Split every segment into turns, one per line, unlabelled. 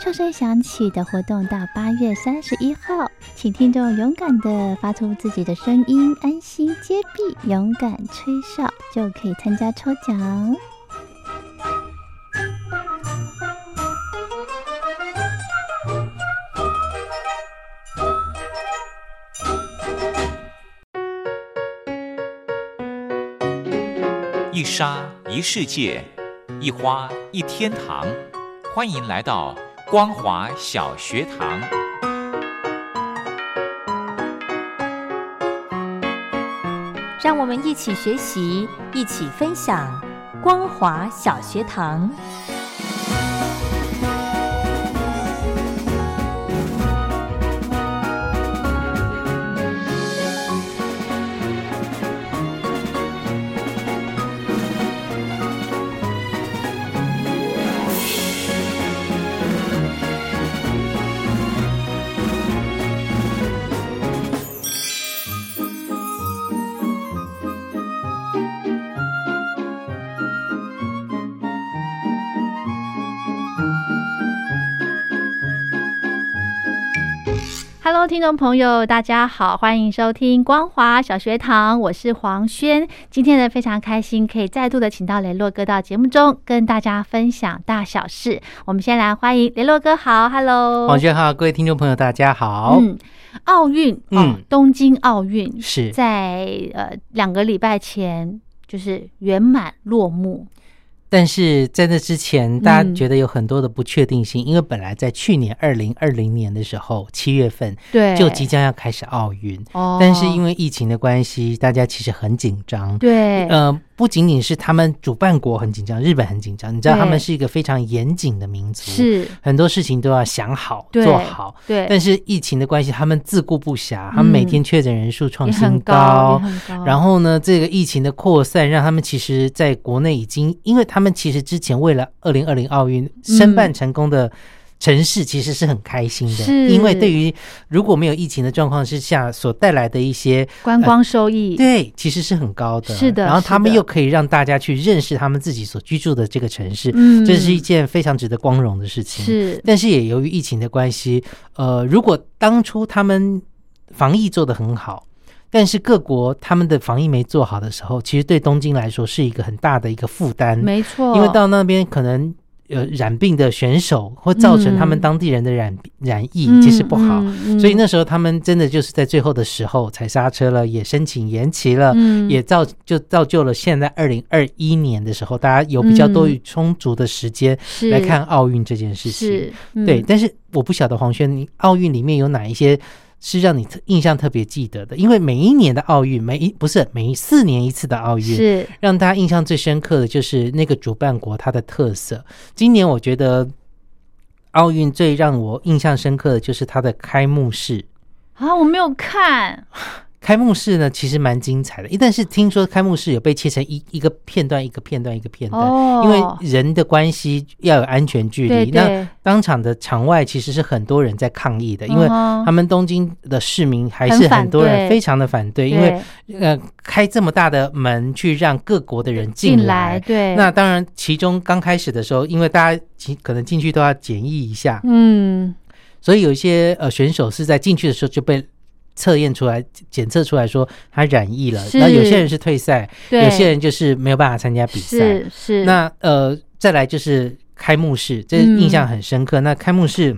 哨声响起的活动到八月三十一号，请听众勇敢的发出自己的声音，安心接币，勇敢吹哨就可以参加抽奖。
一沙一世界，一花一天堂。欢迎来到光华小学堂。
让我们一起学习，一起分享光华小学堂。
Hello，听众朋友，大家好，欢迎收听光华小学堂，我是黄轩。今天呢，非常开心可以再度的请到雷洛哥到节目中跟大家分享大小事。我们先来欢迎雷洛哥，好，Hello，
王轩好，各位听众朋友，大家好。
哦嗯，奥运，嗯、哦，
嗯
东京奥运
是
在呃两个礼拜前就是圆满落幕，
但是在那之前，大家
嗯
觉得有很多的不确定性，因为本来在去年二零二零年的时候，七月份
对，
就即将要开始奥运，
哦，
但是因为疫情的关系，大家其实很紧张。
对，
呃，不仅仅是他们主办国很紧张，日本很紧张，你知道
对
他们是一个非常严谨的民族，
是，
很多事情都要想好
对
做好。
对，嗯
但是疫情的关系，他们自顾不暇，他们每天确诊人数创
也
新
很高，也很高
然后呢，这个疫情的扩散让他们其实在国内已经，因为他们其实之前为了二零二零奥运
嗯
申办成功的城市，其实是很开心的，
是
因为对于如果没有疫情的状况之下所带来的一些。
观光收益，
呃对，其实是很高的，
是的
然后他们
是的
又可以让大家去认识他们自己所居住的这个城市，
嗯
这是一件非常值得光荣的事情。
是
但是也由于疫情的关系，呃，如果当初他们防疫做得很好，但是各国他们的防疫没做好的时候，其实对东京来说是一个很大的一个负担，
没错，
因为到那边可能。呃，染病的选手会造成他们当地人的染、染疫，其实不好，
嗯嗯
所以那时候他们真的就是在最后的时候才刹车了，也申请延期了，
嗯
也造就造就了现在二零二一年的时候，大家有比较多
嗯
与充足的时间
是
来看奥运这件事情。
是，嗯
对，但是我不晓得黄轩，你奥运里面有哪一些是让你特印象特别记得的？因为每一年的奥运，每一不是每一四年一次的奥运，
是
让大家印象最深刻的就是那个主办国它的特色。今年我觉得奥运最让我印象深刻的就是它的开幕式。
啊，我没有看，
开幕式呢，其实蛮精彩的，但是听说开幕式有被切成一一个片段一个片段一个片段，
哦
因为人的关系要有安全距
对
离。
对
那当场的场外其实是很多人在抗议的，因为
嗯哼
他们东京的市民还
很
是
反
很多
对
人非常的反对，因为
对
呃开这么大的门去让各国的人
进
进
来
来。
对
那当然，其中刚开始的时候，因为大家进可能进去都要检疫一下，
嗯
所以有一些呃选手是在进去的时候就被测验出来、检测出来说他染疫了，
是
那有些人是退赛，
对
有些人就是没有办法参加比赛。
是是
那呃，再来就是开幕式，这
嗯
印象很深刻。那开幕式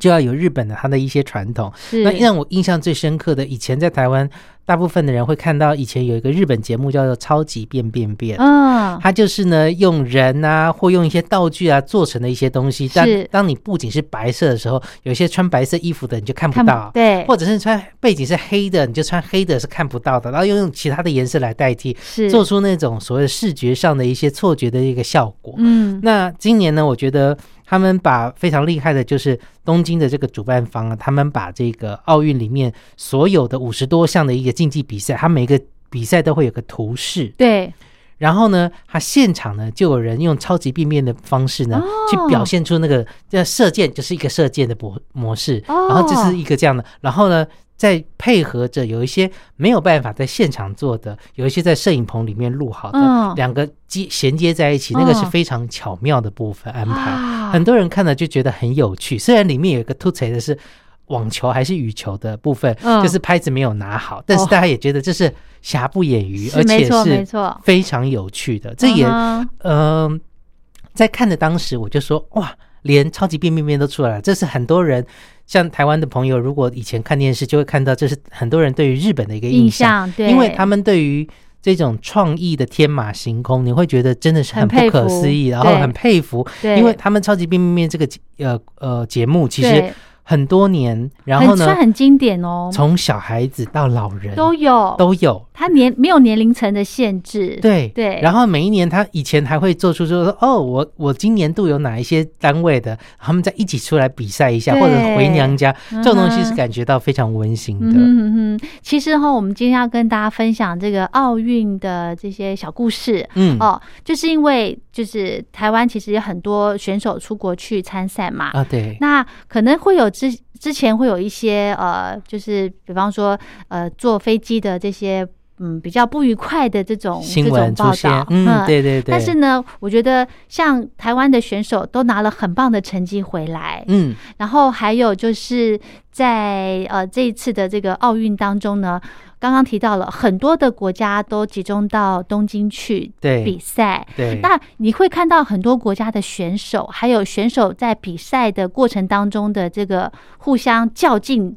就要有日本的它的一些传统。
是
那让我印象最深刻的，以前在台湾，大部分的人会看到以前有一个日本节目叫做《超级变变变》，
嗯，
它就是呢用人啊或用一些道具啊做成的一些东西。但
是
当你布景是白色的时候，有一些穿白色衣服的你就看不
看
到。
对，
或者是穿背景是黑的，你就穿黑的是看不到的，然后又用其他的颜色来代替，
是
做出那种所谓视觉上的一些错觉的一个效果。
嗯
那今年呢，我觉得他们把非常厉害的，就是东京的这个主办方啊，他们把这个奥运里面所有的五十多项的一个竞技比赛，它每个比赛都会有个图示，
对
然后呢，它现场呢就有人用超级变面的方式呢，
哦
去表现出那个这射箭就是一个射箭的模模式，
哦
然后这是一个这样的，然后呢。再配合着有一些没有办法在现场做的，有一些在摄影棚里面录好的，
嗯
两个接衔接在一起，那个是
哦
非常巧妙的部分安排。
哇
很多人看了就觉得很有趣，虽然里面有一个突锤的是网球还是羽球的部分，
嗯
就是拍子没有拿好，但是
哦
大家也觉得这是瑕不掩瑜，
是
而
没
且
错没
是
错
非常有趣的。这也
嗯哼
嗯、在看的当时我就说哇，连超级变变变都出来了，这是很多人。像台湾的朋友，如果以前看电视，就会看到这是很多人对于日本的一个
印
印象，
象对，
因为他们对于这种创意的天马行空，你会觉得真的是
很
很
佩
不可
服
思议，然后
对
很佩服，
对
因为他们超级变变变这个节呃呃节目，其实
对
很多年，然
很
后呢
算，很经典哦，
从小孩子到老人
都有
都有。
它年没有年龄层的限制，
对
对
然后每一年他以前还会做出说哦，我我今年度有哪一些单位的，他们再一起出来比赛一下，
对
或者回娘家，这种东西
嗯
是
哼
感觉到非常温馨
嗯
的。
哼哼哼，其实哈，我们今天要跟大家分享这个奥运的这些小故事。
嗯
哦，就是因为就是台湾其实有很多选手出国去参赛嘛，
啊，对，
那可能会有之之前会有一些呃，就是比方说呃，坐飞机的这些嗯比较不愉快的这种
新
哦
闻
这
出
种报
现
道，，
嗯，对对对，
但是呢，我觉得像台湾的选手都拿了很棒的成绩回来，
嗯，
然后还有就是在呃这一次的这个奥运当中呢，刚刚提到了很多的国家都集中到东京去
对
比赛。
对，
那你会看到很多国家的选手，还有选手在比赛的过程当中的这个互相较劲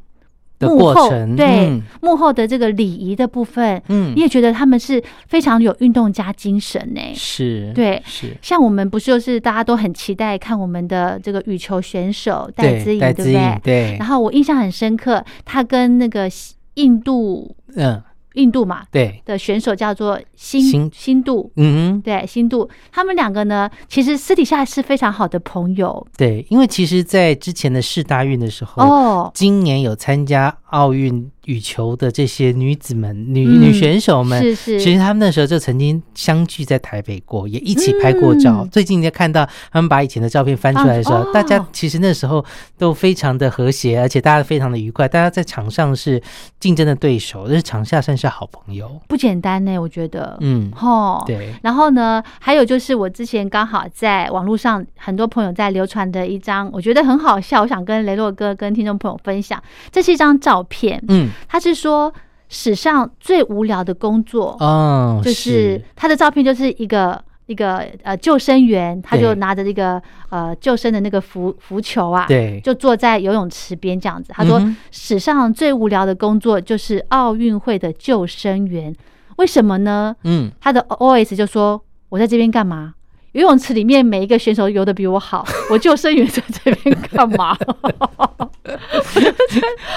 的
幕
过
后
程
对、
嗯
幕后的这个礼仪的部分，
嗯
你也觉得他们是非常有运动家精神呢、
是，
对
是。
像我们不就是大家都很期待看我们的这个羽球选手戴
对
资颖，
戴
对不
资颖
对？
对
然，后我印象很深刻，他跟那个西印度
嗯，
印度嘛
对，
的选手叫做新
新
新度，
嗯哼，
对新度，他们两个呢，其实私底下是非常好的朋友
对，因为其实，在之前的世大运的时候，
哦，
今年有参加奥运羽球的这些女子们、女、
嗯
女选手们，
是是，
其实他们那时候就曾经相聚在台北过，也一起拍过照。
嗯
最近在看到他们把以前的照片翻出来的时候，
哦
大家其实那时候都非常的和谐，而且大家非常的愉快。大家在场上是竞争的对手，但是场下算是好朋友。
不简单呢，我觉得，
嗯，
吼，
对，
然后呢，还有就是我之前刚好在网络上很多朋友在流传的一张，我觉得很好笑，我想跟雷洛哥跟听众朋友分享，这是一张照片，
嗯，
他是说史上最无聊的工作，
哦，
就是他的照片就是一个。一个呃救生员，他就
对
拿着这个呃救生的那个浮浮球啊，
对
就坐在游泳池边这样子。他说
嗯哼，
史上最无聊的工作就是奥运会的救生员，为什么呢？
嗯，
他的 OS 就说：“我在这边干嘛？游泳池里面每一个选手游的比我 好，我救生员在这边干嘛？”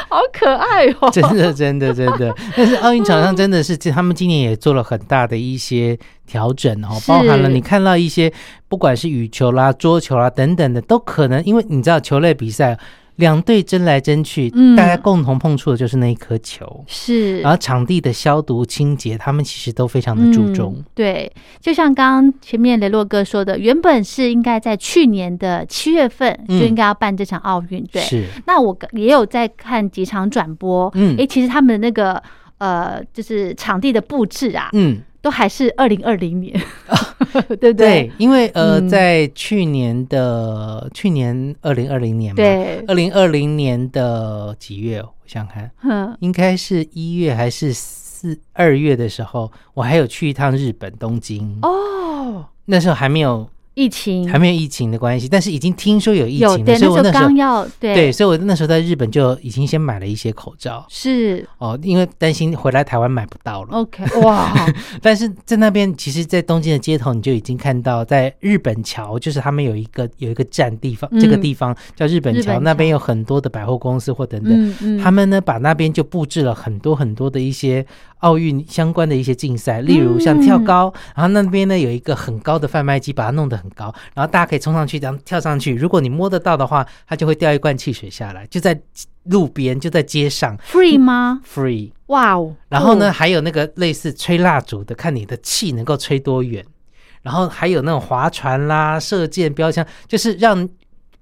好可爱哦、
真的，真的，真的。但是奥运场上真的是，他们今年也做了很大的一些调整哦，
是
包含了你看到一些不管是羽球啦、桌球啦等等的，都可能因为你知道球类比赛两队争来争去，
嗯
大家共同碰触的就是那一颗球。
是
然后场地的消毒清洁，啊他们其实都非常的注重。
嗯。对，就像刚刚前面雷洛哥说的，原本是应该在去年的七月份就
嗯
应该要办这场奥运，对。
是，
那我也有在看几场转播，
嗯
诶，其实他们的那个呃，就是场地的布置啊，
嗯，哦
都还是二零二零年， 对不
对？，因为呃，
嗯
在去年的去年二零二零年嘛，
对，
二零二零年的几月？我想想看，
嗯，
应该是一月还是四二月的时候，我还有去一趟日本东京。
哦，
那时候还没有
疫情
还没有疫情的关系，但是已经听说有疫
有
情了，
对，
所以我
时
那
候
时候
刚要对
对，所以我那时候在日本就已经先买了一些口罩
是
哦，因为担心回来台湾买不到了。
OK 哇，
但是在那边，其实，在东京的街头，你就已经看到，在日本桥，就是他们有一个有一个站地方，
嗯
这个地方叫日本
日本
桥，
桥
那边有很多的百货公司或等等。
嗯嗯，
他们呢，把那边就布置了很多很多的一些奥运相关的一些竞赛，例如像跳高，然后那边呢有一个很高的贩卖机，把它弄得很高，然后大家可以冲上去，然后跳上去。如果你摸得到的话，它就会掉一罐汽水下来，就在路边，就在街上
free 吗？
，free。
哇哦，
嗯然后呢，
哦？
还有那个类似吹蜡烛的，看你的气能够吹多远。然后还有那种划船啦、射箭、标枪，就是让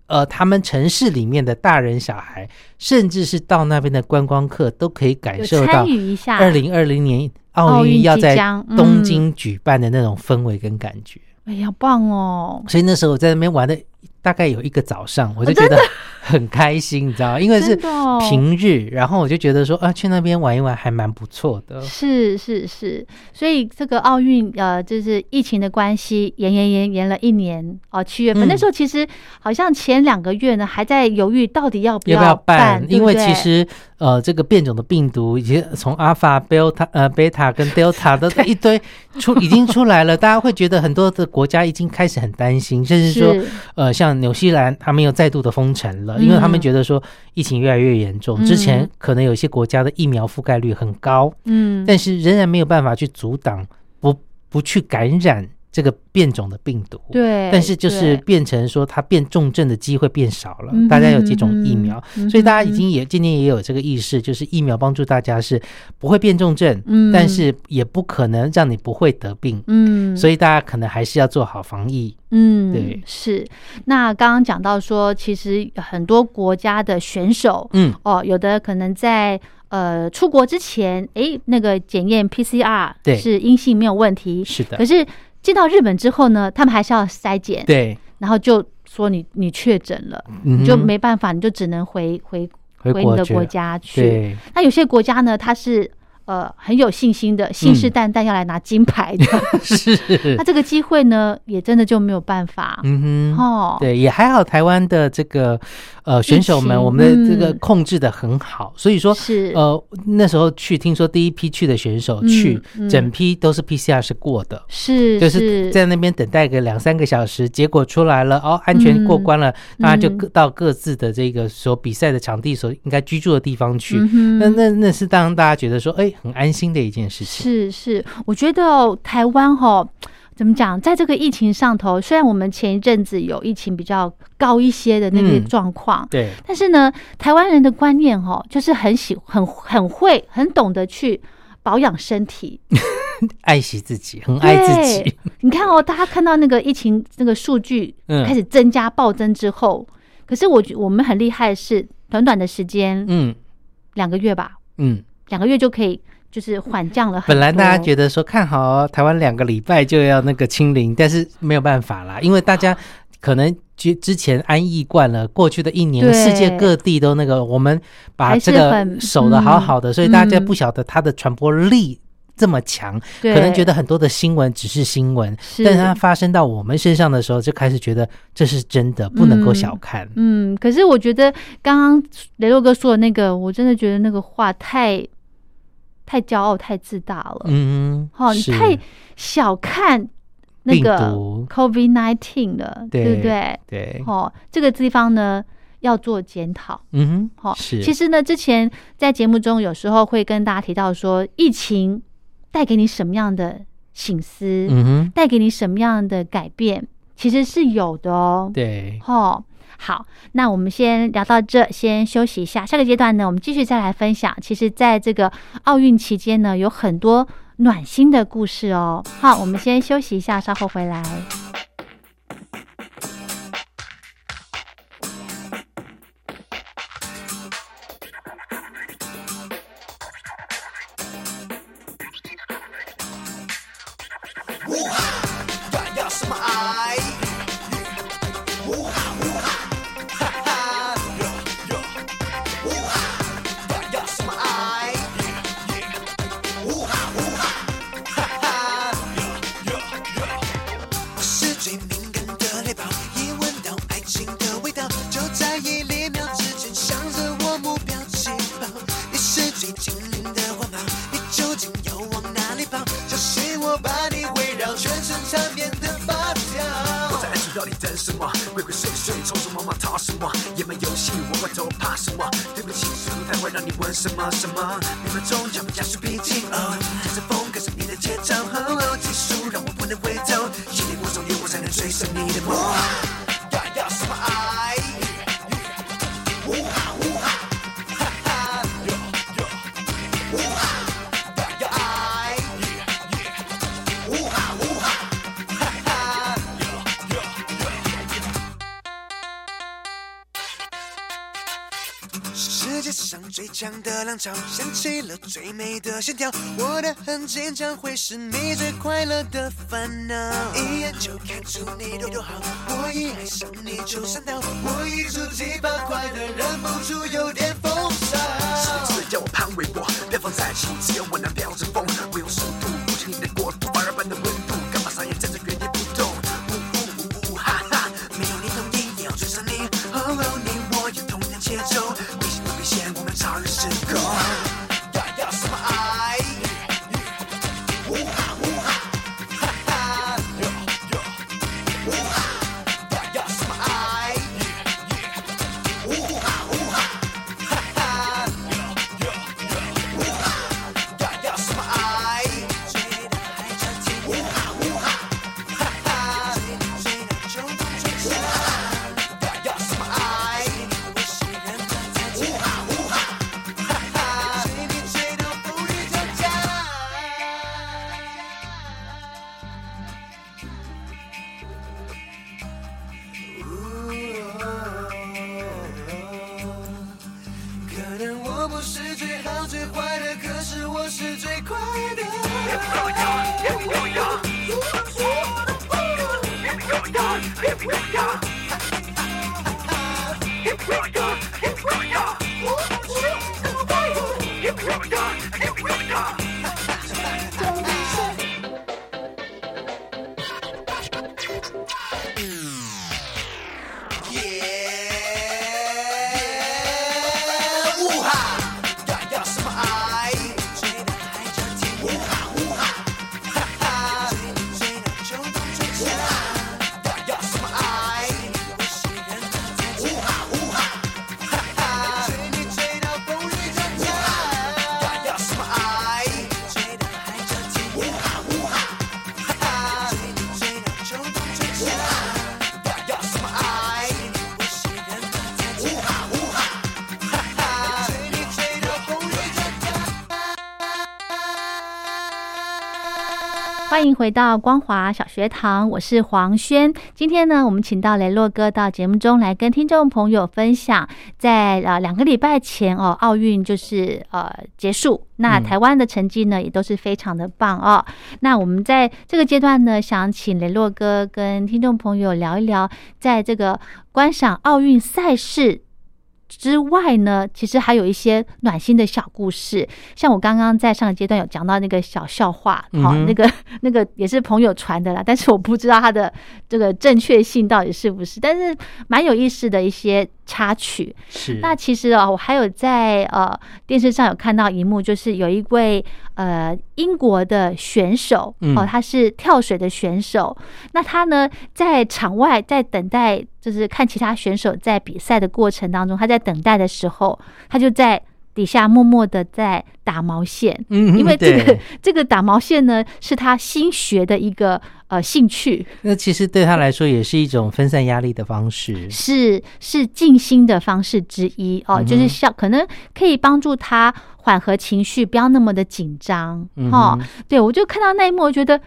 呃他们城市里面的大人、小孩，甚至是到那边的观光客，都可以感
有
受到
参与一下，
二零二零年
奥
奥
运
运嗯
即
要在
将
东京举办的那种氛围跟感觉。
哎呀，棒哦！
所以那时候我在那边玩的大概有一个早上，我就觉得 很开心，你知道吗？因为是
哦真的哦
平日，然后我就觉得说啊，去那边玩一玩还蛮不错的。
是是是，所以这个奥运呃，就是疫情的关系，延延延延了一年哦、七月份、
嗯
那时候其实好像前两个月呢还在犹豫到底要不
要不要
办，对
因
不
为
对
其实呃，这个变种的病毒已经从阿尔法、贝塔、呃、贝塔跟 delta 的一堆出已经出来了，大家会觉得很多的国家已经开始很担心，甚至说
是
呃，像纽西兰他们又再度的封城了，因为他们
嗯
觉得说疫情越来越严重，之前
嗯
可能有些国家的疫苗覆盖率很高，
嗯，
但是仍然没有办法去阻挡不不去感染这个变种的病毒。
对，
但是就是
对
变成说，它变重症的机会变少了
嗯哼，
大家有接种疫苗
嗯哼，
所以大家已经也渐渐也有这个意识，就是疫苗帮助大家是不会变重症
嗯，
但是也不可能让你不会得病，
嗯，
所以大家可能还是要做好防疫。
嗯，
对
是。那刚刚讲到说，其实很多国家的选手，
嗯，
哦，有的可能在呃出国之前，诶，那个检验 PCR
对
是阴性没有问题，
是的
嗯可，是进到日本之后呢，他们还是要筛检，
对，
然后就说你你确诊了，
嗯哼
你就没办法，你就只能回回
回
你
国
的
去
国家去。
对，
那有些国家呢，它是。呃，很有信心的，信
嗯
誓旦旦要来拿金牌 的，
是
那，这个机会呢，也真的就没有办法。
嗯哼。
哦，
对，也还好，台湾的这个呃选手
疫
们，
情
我们的这个
嗯
控制的很好，所以说
是
呃，那时候去，听说第一批去的选手去，
嗯嗯
整批都是 PCR 是过的，
是
就是在那边等待个两三个小时，结果出来了，哦，安全过关了，
嗯
大家就各到各自的这个所比赛的场地所应该居住的地方去。
嗯哼
那那那是当大家觉得说，哎，很安心的一件事情。
是是，我觉得哦台湾哦，怎么讲，在这个疫情上头，虽然我们前一阵子有疫情比较高一些的那个
嗯
状况，
对，
但是呢，台湾人的观念哦，就是很喜很很会很懂得去保养身体，
爱惜自己，很爱自己
对。你看哦，大家看到那个疫情那个数据
嗯
开始增加暴增之后，可是我觉我们很厉害的是，短短的时间
嗯
两个月吧，
嗯，
两个月就可以就是缓降了很
本来大家
多
觉得说看好哦、台湾两个礼拜就要那个清零，但是没有办法啦，因为大家可能之之前安逸惯了，过去的一年
对
世界各地都那个，我们把这
还是
个
很
守的好好的，所以大家
嗯
不晓得它的传播力。这么强，
对
可能觉得很多的新闻只是新闻，
是
但是它发生到我们身上的时候，就开始觉得这是真的，不能够
嗯
小看。
嗯，可是我觉得刚刚雷洛哥说的那个，我真的觉得那个话太太骄傲、太自大了。
嗯，
哦，你
是
太小看那
病
个
毒
COVID nineteen 了，
对
对不对？
对，
哦，这个地方呢要做检讨。
嗯
哦
哼，，是，
其实呢，之前在节目中有时候会跟大家提到说，疫情带给你什么样的醒思，
嗯哼，
带给你什么样的改变，其实是有的哦。
对，
哦，好，那我们先聊到这，先休息一下。下个阶段呢，我们继续再来分享。其实，在这个奥运期间呢，有很多暖心的故事哦。好，我们先休息一下，稍后回来。
管要什么癌？呜哈呜哈，哈哈，哟哟，呜哈，管要什么癌？耶耶，呜哈呜哈，哈哈，哟哟哟。我是最敏感的等什么？鬼鬼祟祟，匆匆忙忙逃什么？野蛮游戏玩过头，怕什么？对不起，速度太快，让你闻什么什么？你们中要不加速逼近哦，跟着风，跟上你的节奏，哦，技术让我不能回头，心里过重点，我才能追上你的梦。呀呀，什么爱？呜哈呜哈，哈哈哟哟，呜哈呀呀爱，呜哈呜哈，哈哈哟哟哟。 世界上最强的浪潮，掀起了最美的线条。我的痕迹将会是你最快乐的烦恼。一眼就看出你多好，我一爱上你就上脑。我一触即发，快的忍不住有点风骚。是不是要我攀围我？别放在心，只要我能飘着风，我用速度不及你的国度，反而般的温度，干嘛傻眼站在原地不动？呜呜呜呜哈哈，没有你同意也要追上你。哦，你我也同样节奏，彼此不比线，我们超越时空。呀呀，什么爱？呜哈呜哈，哈哈哟哟，呜哈呀呀，什么爱？呜哈呜哈，哈哈哟哟哟，呜哈呀呀，什么爱？追得还差天涯，呜哈呜哈，哈哈，追到就当追上。呀呀，什么爱？我是人的再见，呜哈呜哈，哈哈，追你追到风雨交加。可能我不是最好最坏的，可是我是最快的。耶！呜哈，呀呀什么爱？追到海角天涯。呜哈呜哈，哈哈，追到就当追上。呀呀什么爱？我是人的再见。呜哈呜哈，哈哈，追你追到风雨交加。呀呀什么爱？追到海角天涯。呜哈呜哈，哈哈，追你追到就当追上。呀呀什么爱？我是人的再见。呜哈呜哈。追你追到风雨交加。
欢迎回到光华小学堂，我是黄轩。今天呢，我们请到雷洛哥到节目中来跟听众朋友分享，在呃两个礼拜前哦，奥运就是呃结束，那
嗯
台湾的成绩呢也都是非常的棒哦。那我们在这个阶段呢，想请雷洛哥跟听众朋友聊一聊，在这个观赏奥运赛事之外呢，其实还有一些暖心的小故事，像我刚刚在上个阶段有讲到那个小笑话，好、
嗯哼
那个 那个也是朋友传的啦，但是我不知道它的这个正确性到底是不是，但是蛮有意思的一些插曲。
是
那其实哦，我还有在呃电视上有看到一幕，就是有一位呃英国的选手
嗯
哦，他是跳水的选手，那他呢在场外在等待，就是看其他选手在比赛的过程当中，他在等待的时候，他就在底下默默的在打毛线。
嗯
因为这个
对
这个打毛线呢，是他新学的一个呃兴趣，
那其实对他来说也是一种分散压力的方式。
是是静心的方式之一
嗯
哦，就是效可能可以帮助他缓和情绪，不要那么的紧张
嗯
哦
哼。
对我就看到那一幕，我觉得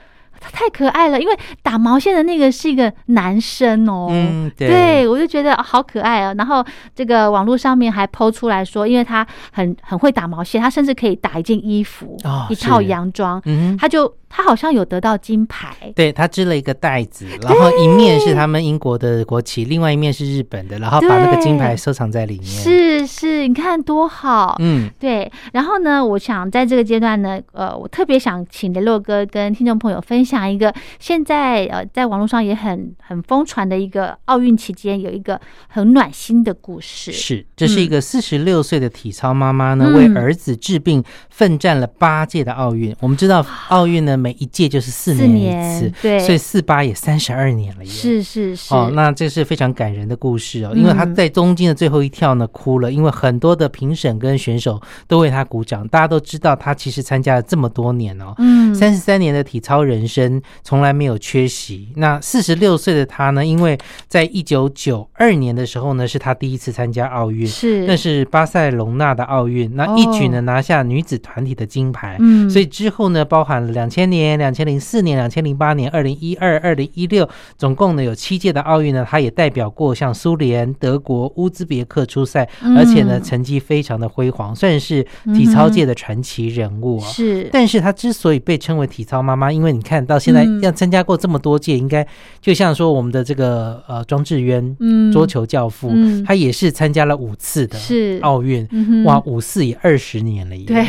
他太可爱了，因为打毛线的那个是一个男生哦。
嗯，对，
对，我就觉得、啊好可爱哦。然后这个网络上面还剖出来说，因为他很很会打毛线，他甚至可以打一件衣服，
哦
一套
是
洋装，
嗯哼，
他就他好像有得到金牌，
对他织了一个袋子，然后一面是他们英国的国旗，另外一面是日本的，然后把那个金牌收藏在里面。，
是是，你看多好。
嗯，
对，然后呢，我想在这个阶段呢，呃，我特别想请雷洛哥跟听众朋友分享一个现在呃在网络上也很很疯传的一个奥运期间有一个很暖心的故事。
是，这是一个四十六岁的体操妈妈呢，
嗯
为儿子治病奋战了八届的奥运。我们知道奥运呢，每一届就是四
四
年一次
年，对
所以四八也三十二年了耶。。
是是是，
哦，那这是非常感人的故事哦，因为他
嗯
在东京的最后一跳呢哭了，因为很多的评审跟选手都为他鼓掌，大家都知道他其实参加了这么多年哦，
嗯，
三十三年的体操人生从来没有缺席。那四十六岁的他呢，因为在一九九二年的时候呢，是他第一次参加奥运，
是，哦
那是巴塞隆纳的奥运，那一举呢、拿下女子团体的金牌。
嗯，
所以之后呢，包含了两千年、两千零四年、两千零八年、二零一二、二零一六，总共呢有七届的奥运呢，他也代表过像苏联、德国、乌兹别克出赛，而且呢
嗯
成绩非常的辉煌，算是体操界的传奇人物、哦。
嗯是，
但是她之所以被称为体操妈妈，因为你看到现在
嗯
要参加过这么多届，应该就像说我们的这个呃庄智渊、
嗯
桌球教父，
嗯
他也是参加了五次的
是
奥运。
嗯哼
哇，，五四也二十年了耶！
对，，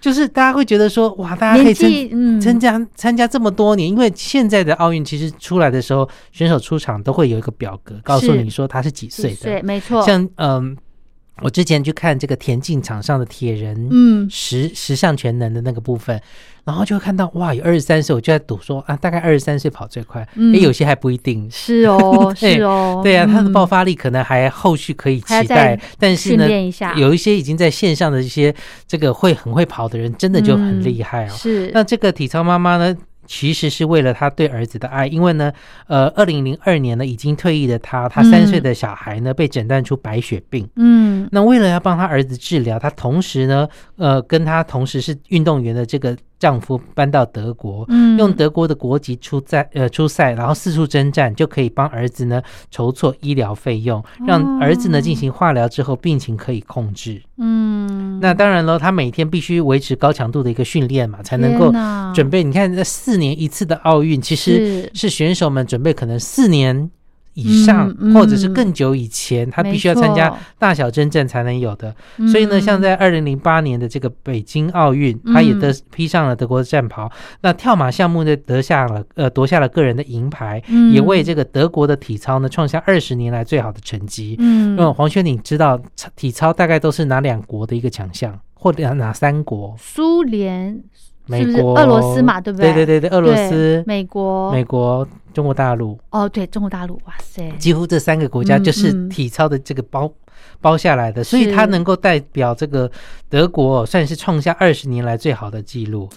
就是大家会觉得说，哇，大家可以
年
参
纪嗯
参加参加这么多年，因为现在的奥运其实出来的时候，选手出场都会有一个表格，告诉
是
你说他是几岁的
对，。没错，
像嗯、我之前去看这个田径场上的铁人，
嗯
十十项全能的那个部分，然后就会看到哇，有二十三岁，我就在赌说啊，大概二十三岁跑最快，
嗯
也有些还不一定。
是哦
对
是哦，
对啊，他的
嗯
爆发力可能还后续可以
还要
期待
再，
但是呢
训练一下，
有一些已经在线上的一些这个会很会跑的人，真的就很厉害哦。
嗯是
那这个体操妈妈呢，其实是为了她对儿子的爱，因为呢，呃，二零零二年呢已经退役的她，她三
嗯
岁的小孩呢、被诊断出白血病，
嗯
那为了要帮他儿子治疗，他同时呢，呃，跟他同时是运动员的这个丈夫搬到德国，
嗯
用德国的国籍出赛，呃，出赛，然后四处征战，就可以帮儿子呢筹措医疗费
哦
用，让儿子呢进行化疗之后病情可以控制。
嗯
那当然了，他每天必须维持高强度的一个训练嘛，才能
天
够
哪
准备。你看，这四年一次的奥运，其实
是
是选手们准备可能四年以上，
嗯嗯
或者是更久以前，他
没
必须要参加
错
大小征战才能有的。所以呢，
嗯
像在二零零八年的这个北京奥运，
嗯
他也得披上了德国的战袍。那跳马项目呢，得下了呃夺下了个人的银牌，
嗯
也为这个德国的体操呢创下二十年来最好的成绩。
嗯
嗯，黄轩，你知道体操大概都是哪两国的一个强项，或者哪三国？
苏联
美
是不是
国、
俄罗斯嘛对不
对？
对
对对对，俄
俄
罗斯、
美国
美国、中国大陆，
哦对中国大陆哇塞
几乎这三个国家
嗯
就是
嗯
体操的这个包、包下来的，所以
是
它能够代表这个德国，哦算是创下二十年来最好的记录。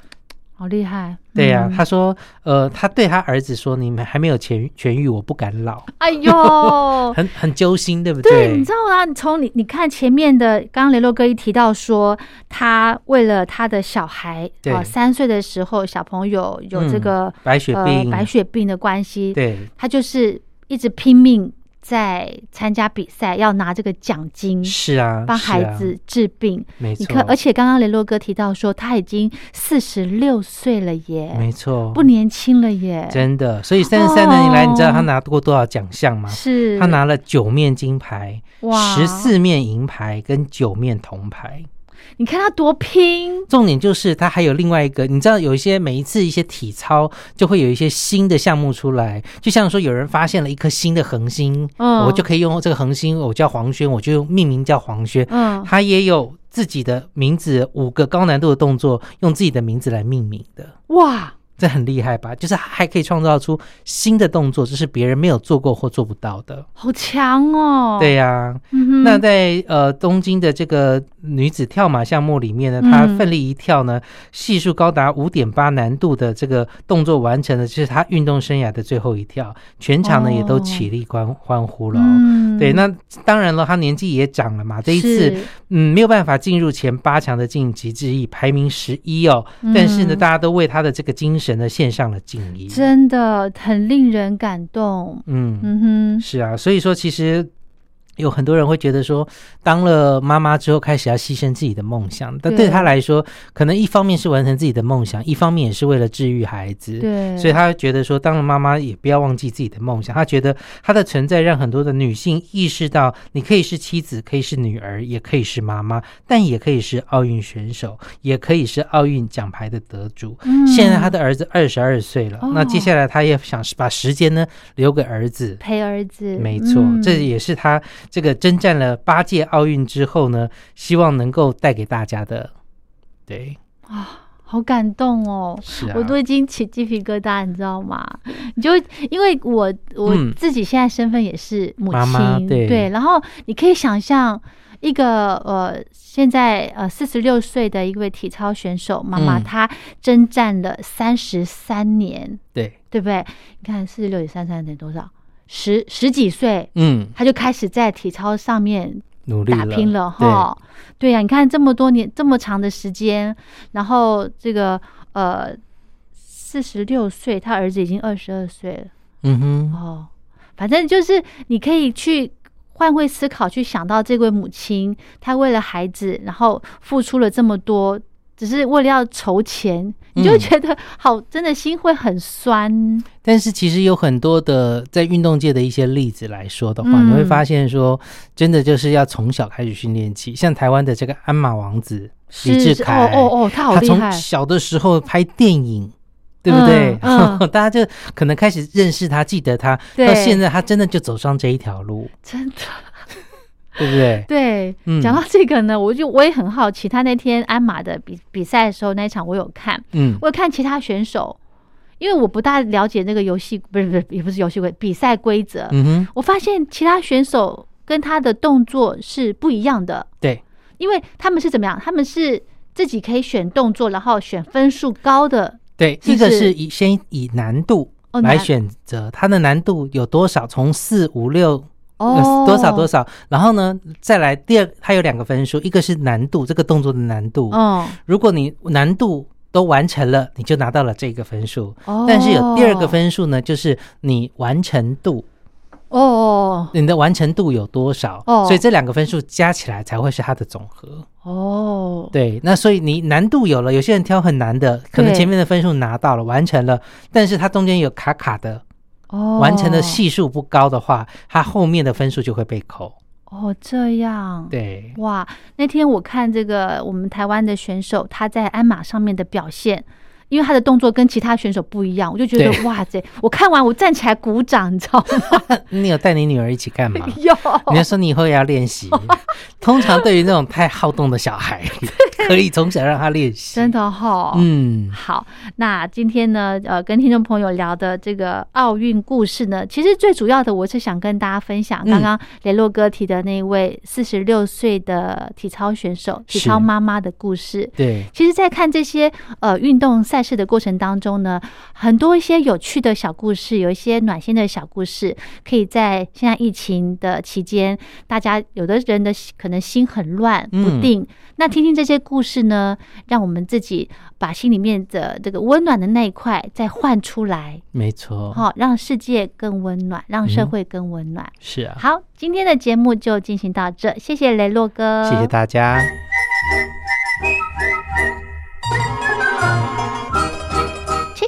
好厉害
对呀、
嗯
他说，呃，他对他儿子说：“你们还没有痊痊愈，我不敢老。
哎呦
很很揪心，对不
对，你知道啊，你从你你看前面的，刚刚雷洛哥一提到说，他为了他的小孩，
对
啊，三、岁的时候小朋友有这个、
嗯白血
呃
病
白血病的关系，
对，
他就是一直拼命在参加比赛，要拿这个奖金。
是啊，
嗯帮
是
孩
啊
子治病，
没
你
错，
看，而且刚刚雷洛哥提到说他已经四十六岁了耶，
没错，
不年轻了耶，
真的，所以三十三年来，你知道他拿过多少奖项吗？
是
他拿了九面金牌、
哇
十，四面银牌跟九面铜牌。
你看他多拼，
重点就是他还有另外一个，你知道有一些每一次一些体操就会有一些新的项目出来，就像说有人发现了一颗新的恒星，
嗯
我就可以用这个恒星，我叫黄轩，我就用命名叫黄轩。
嗯，
他也有自己的名字，五个高难度的动作用自己的名字来命名的。
哇，
这很厉害吧？就是还可以创造出新的动作，这是别人没有做过或做不到的。
好强哦！
对呀、
嗯哼，
那在呃东京的这个女子跳马项目里面呢，
嗯
她奋力一跳呢，系数高达五点八难度的这个动作完成了，就是她运动生涯的最后一跳，全场呢
哦
也都起立欢欢呼了哦。
嗯
对，那当然了，她年纪也长了嘛，这一次
是
嗯，没有办法进入前八强的晋级之一，排名十一哦。但是呢，
嗯
大家都为他的这个精神呢献上了敬意。
真的很令人感动。
嗯，
嗯哼，
是啊，所以说其实。有很多人会觉得说，当了妈妈之后开始要牺牲自己的梦想，但
对
对她来说，可能一方面是完成自己的梦想，一方面也是为了治愈孩子。
对，
所以她觉得说，当了妈妈也不要忘记自己的梦想。她觉得她的存在让很多的女性意识到，你可以是妻子，可以是女儿，也可以是妈妈，但也可以是奥运选手，也可以是奥运奖牌的得主。
嗯
现在她的儿子二十二岁了，
哦
那接下来她也想是把时间呢留给儿子。
陪儿子，
没错，
嗯
这也是她这个征战了八届奥运之后呢，希望能够带给大家的。对，
好感动哦。
是啊，
我都已经起鸡皮疙瘩，你知道吗？你就因为我我
嗯
自己现在身份也是母亲，
妈妈对
然后你可以想象一个呃，现在呃四十六岁的一位体操选手妈妈，
嗯
她征战了三十三年，
对，
对不对？你看四十六减三三等于多少？十十几岁，
嗯，
她就开始在体操上面
努力
打拼了哈。对呀、你看这么多年这么长的时间，然后这个呃四十六岁，他儿子已经二十二岁了
对，嗯哼，
哦。反正就是你可以去换位思考，去想到这位母亲，她为了孩子，然后付出了这么多。只是为了要筹钱，你就会
嗯
觉得好，真的心会很酸。
但是其实有很多的在运动界的一些例子来说的话，
嗯
你会发现说，真的就是要从小开始训练起，像台湾的这个鞍马王子
是
李
是
志凯，
哦哦哦，他好
他
厉害
从，小的时候拍电影，对不对？
嗯嗯
大家就可能开始认识他，记得他，
对
到现在他真的就走上这一条路，
真的。
对不对？
对，
嗯
讲到这个呢，我就我也很好奇，他那天鞍马的比比赛的时候那一场我有看，
嗯
我有看其他选手，因为我不大了解那个游戏，不是不是也不是游戏规比赛规则，
嗯哼，
我发现其他选手跟他的动作是不一样的，
对，
因为他们是怎么样？他们是自己可以选动作，然后选分数高的，
对，
是
一个
是
是以先以难度
哦
来
难
选择，它的难度有多少？从四五六。
哦
呃多少多少，然后呢，再来第二，它有两个分数，一个是难度，这个动作的难度，
嗯，
如果你难度都完成了，你就拿到了这个分数。
哦
嗯但是有第二个分数呢，就是你完成度，
哦
你的完成度有多少？
哦
所以这两个分数加起来才会是它的总和。
哦，
对，那所以你难度有了，有些人挑很难的，可能
对
前面的分数拿到了，完成了，但是它中间有卡卡的，
哦，
完成的系数不高的话，它后面的分数就会被扣。
哦，这样，
对，
哇，那天我看这个我们台湾的选手他在鞍马上面的表现，因为他的动作跟其他选手不一样，我就觉得
对
哇塞！我看完我站起来鼓掌，你知道吗？
你有带你女儿一 起干嘛？
有，
你要说你以后也要 练习。通常对于那种太好动的小孩，可以从小让他练习。
真，的哦哈、。
嗯，
好，那今天呢，呃，跟听众朋友聊的这个奥运故事呢，其实最主要的我是想跟大家分享，
嗯
刚刚雷洛哥提的那一位四十六岁的体操选手、体
是
操妈妈的故事。
对，
其实，在看这些呃运动赛事的过程当中呢，很多一些有趣的小故事，有一些暖心的小故事，可以在现在疫情的期间，大家有的人的可能心很乱不
嗯
定，那听听这些故事呢，让我们自己把心里面的这个温暖的那一块再换出来，
没错，
好、让世界更温暖，让社
哦嗯
会更温暖。
是啊，
好，今天的节目就进行到这，谢谢雷洛哥，
谢谢大家。
吹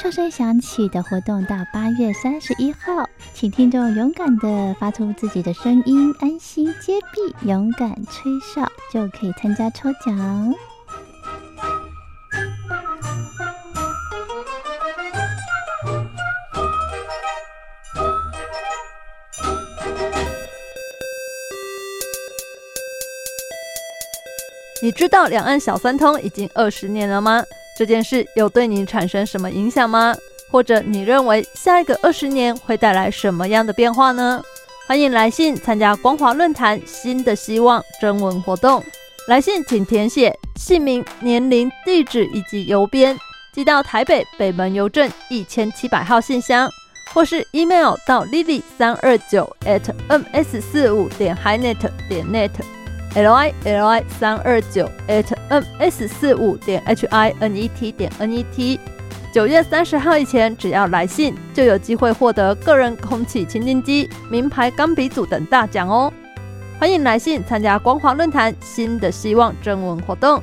哨声响起的活动到八月三十一号，请听众勇敢的发出自己的声音，安心接币，勇敢吹哨，就可以参加抽奖。
你知道两岸小三通已经二十年了吗？这件事有对你产生什么影响吗？或者你认为下一个二十年会带来什么样的变化呢？欢迎来信参加光华论坛“新的希望”征文活动。来信请填写姓名、年龄、地址以及邮编，寄到台北北门邮政一千七百号信箱，或是 email 到 lily 三二九 at ms 四五点 hinet 点 net l i l i 三二九 at ms 四五点 h i n e t 点 n e t。九月三十号以前，只要来信，就有机会获得个人空气清净机、名牌钢笔组等大奖哦！欢迎来信参加光华论坛“新的希望”征文活动，